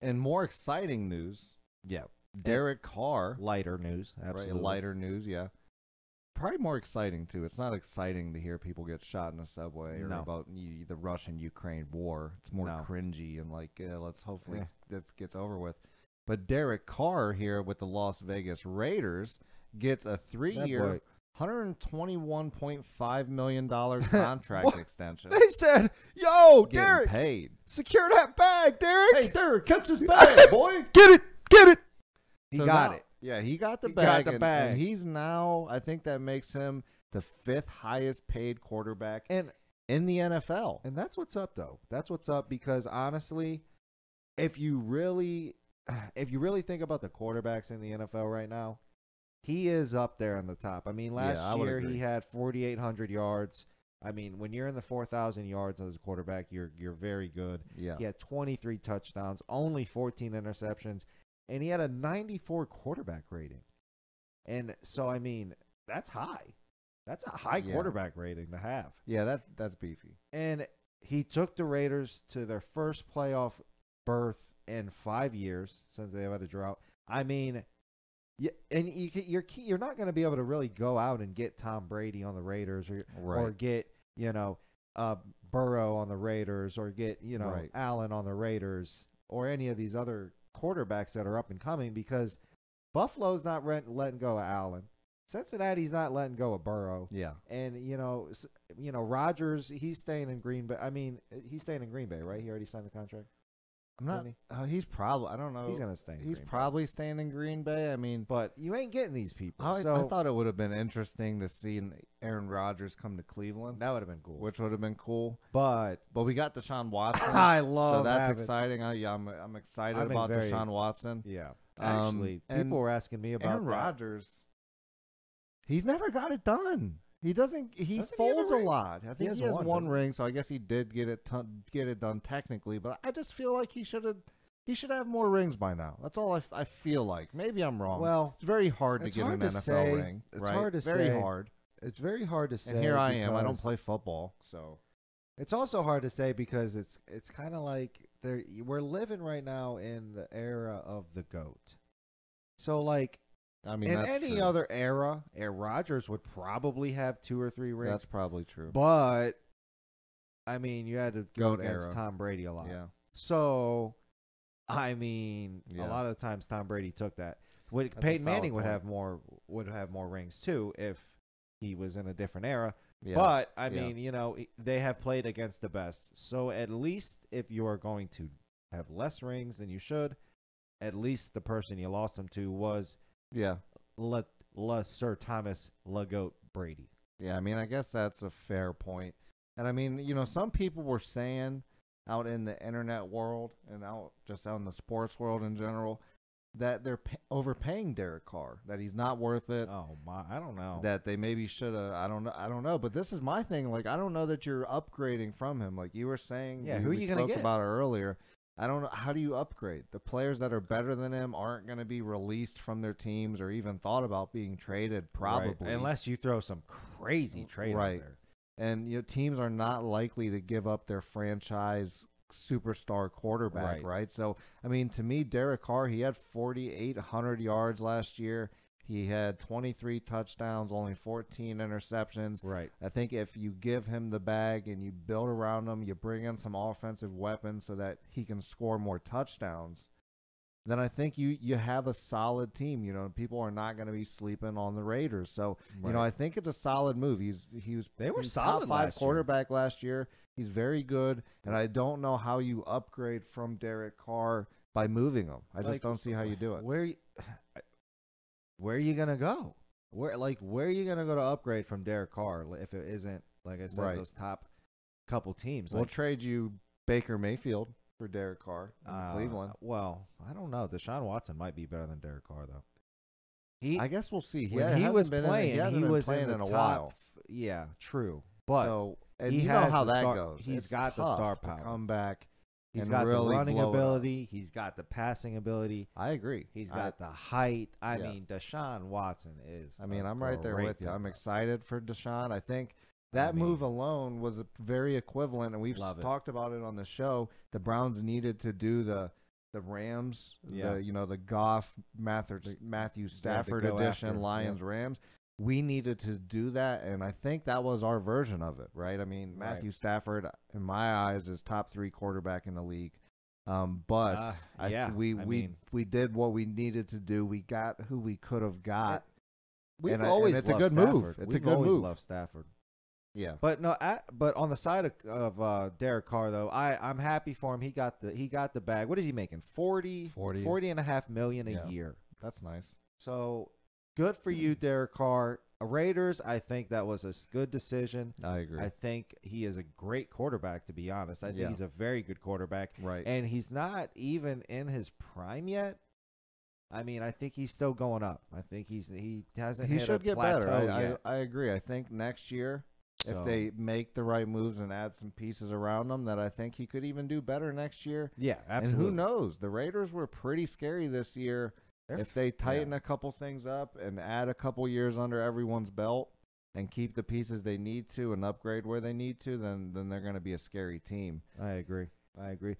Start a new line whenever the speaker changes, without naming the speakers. And more exciting news,
Yeah.
Derek Carr,
Lighter news.
right?
Absolutely.
Lighter news, yeah. Probably more exciting too. It's not exciting to hear people get shot in a subway or
No.
about y- the Russian Ukraine war. It's more
No.
cringy and like eh, let's hopefully
Eh.
this gets over with. But Derek Carr here with the Las Vegas Raiders gets a
That
three-year,
boy-
hundred and twenty-one point five million dollar contract
What?
extension.
They said, "Yo,
Getting
Derek,
paid.
secure that bag, Derek.
Derek, catch his
bag,
boy.
Get it, get it." He
So
got
now-
it.
Yeah, he got the
He got
bag.
the
and,
bag.
and he's now, I think that makes him the fifth highest paid quarterback
And
in the NFL.
And that's what's up though. That's what's up because honestly, if you really if you really think about the quarterbacks in the NFL right now, he is up there on the top. I mean, last
Yeah, I would
year
agree.
he had 4800 yards. I mean, when you're in the 4000 yards as a quarterback, you're you're very good.
yeah.
He had 23 touchdowns, only 14 interceptions, and he had a 94 quarterback rating. And so I mean, that's high. That's a high
Yeah.
quarterback rating to have.
Yeah, that's that's beefy.
And he took the Raiders to their first playoff berth in five years since they've had a drought. I mean, yeah, and you, ca- you're key- you're not going to be able to really go out and get Tom Brady on the Raiders or or
Right.
get you know uh, Burrow on the Raiders or get you know
Right.
Allen on the Raiders or any of these other quarterbacks that are up and coming because Buffalo's not rent, letting go of Allen. Cincinnati's not letting go of Burrow
Yeah.
and you know, s- you know, Rogers, he's staying in Green Bay. I mean, he's staying in Green Bay, right? He already signed the contract.
I'm not.
Didn't
Uh, he's probably. I don't know.
He's gonna stay. In
He's
Green Bay.
probably staying in Green Bay. I mean,
but you ain't getting these people.
I,
so
I thought it would have been interesting to see an Aaron Rodgers come to Cleveland,
that would have been cool.
which would have been cool.
but
But we got Deshaun Watson.
I
so
love
that's
having-
exciting. I, yeah, I'm I'm excited
I've been
about
very-
Deshaun Watson.
yeah,
Um,
actually,
and
people were asking me about
Aaron
that.
Rodgers, he's never got it done. He doesn't. He
Doesn't he have a
folds a,
ring?
lot. I think he has, one,
doesn't he?
ring, so I guess he did get it ton- get it done technically. But I just feel like he should have. He should have more rings by now. That's all I, f- I feel like. Maybe I'm wrong.
Well,
it's very hard to
it's
get
hard
an
to
NFL
say.
ring.
It's
right?
hard to
very
say
hard.
It's very hard to say.
And here I am. I
because-
don't play football, so
It's also hard to say because it's it's kind of like there we're living right now in the era of the goat. So like
I mean,
in
that's
any
true.
other era, Aaron Rodgers would probably have two or three rings.
That's probably true.
But I mean, you had to go
Goat
against
era.
Tom Brady a lot.
yeah,
So I mean,
Yeah.
a lot of the times Tom Brady took that. Would
That's a
Peyton
solid
Manning would
point.
have more would have more rings too if he was in a different era.
yeah.
But I
Yeah.
mean, you know, i- they have played against the best. So at least if you are going to have less rings than you should, at least the person you lost them to was
yeah,
Le, Le Sir Thomas Legoat Brady.
Yeah, I mean, I guess that's a fair point. And I mean, you know, some people were saying out in the internet world and out just out in the sports world in general that they're pa overpaying Derek Carr, that he's not worth it,
Oh my! I don't know.
that they maybe should have. I don't know. I don't know. But this is my thing. Like, I don't know that you're upgrading from him. Like you were saying,
Yeah,
we-
who
we
you gonna
spoke
get?
about it earlier. I don't know. How do you upgrade? The players that are better than him aren't going to be released from their teams or even thought about being traded,
Right.
probably.
unless you throw some crazy trade
Right.
out there.
and you know teams are not likely to give up their franchise superstar quarterback,
Right.
right? So, I mean, to me, Derek Carr, he had 4,800 yards last year. He had 23 touchdowns, only 14 interceptions.
Right.
I think if you give him the bag and you build around him, you bring in some offensive weapons so that he can score more touchdowns, then I think you you have a solid team. You know, people are not going to be sleeping on the Raiders. So you know,
Right.
I think it's a solid move. He's he was
They were
he's
solid
top five
last year.
quarterback last year. He's very good, and I don't know how you upgrade from Derek Carr by moving him. I
Like,
just don't see how you do it.
Where, you- where are you gonna go? Where like where are you gonna go to upgrade from Derek Carr li- if it isn't like I said
Right.
those top couple teams?
We'll
Like,
trade you Baker Mayfield for Derek Carr in
uh,
Cleveland.
Well, I don't know. Deshaun Watson might be better than Derek Carr though. He
I guess we'll see. He,
when
ha-
he
hasn't
was
been in-
playing,
hasn't
he,
been
was
playing
in, the
in a
top,
while.
Yeah, true. But
so and
he
you know
has
how
the
that
star-
goes.
he's
It's
got the
tough
star
to
power.
Come back.
he's
and
got the
really
running
blow it up.
ability. He's got the passing ability.
I agree.
He's
I-
got the height. I
yeah.
mean, Deshaun Watson is.
I mean,
a
I'm right there
great
with you. I'm
pickup.
excited for Deshaun. I think
I
that move
mean-
alone was a- very equivalent, and we've s-
Love it.
talked about it on the show. The Browns needed to do the the Rams,
Yeah.
the you know the Goff Mather, Matthew Stafford
go
edition,
after, yeah.
Lions Rams. We needed to do that, and I think that was our version of it, right? I mean,
Right.
Matthew Stafford, in my eyes, is top three quarterback in the league. Um, but
Ah,
I,
yeah,
we
I
we
mean-
we did what we needed to do. We got who we could have got.
We've
and I- and
always
it's a
loved
good move.
Stafford.
It's a
We've
good
always
move.
loved Stafford.
Yeah,
But no, I, but on the side of, of uh, Derek Carr though, I I'm happy for him. He got the he got the bag. What is he making? 40,
40.
40 and a half million a
Yeah.
year.
that's nice.
So good for you, Derek Carr. Raiders, I think that was a s- good decision.
I agree.
I think he is a great quarterback. To be honest, I think
Yeah.
he's a very good quarterback,
right.
and he's not even in his prime yet. I mean, I think he's still going up. I think he's he hasn't.
he
hit
should
a
get
plateau
better. I,
yet.
I, I agree. I think next year,
So-
if they make the right moves and add some pieces around him, that I think he could even do better next year.
yeah, absolutely.
And who knows? The Raiders were pretty scary this year.
They're
if they tighten
yeah.
a couple things up and add a couple years under everyone's belt and keep the pieces they need to and upgrade where they need to, then then they're going to be a scary team.
I agree. I agree.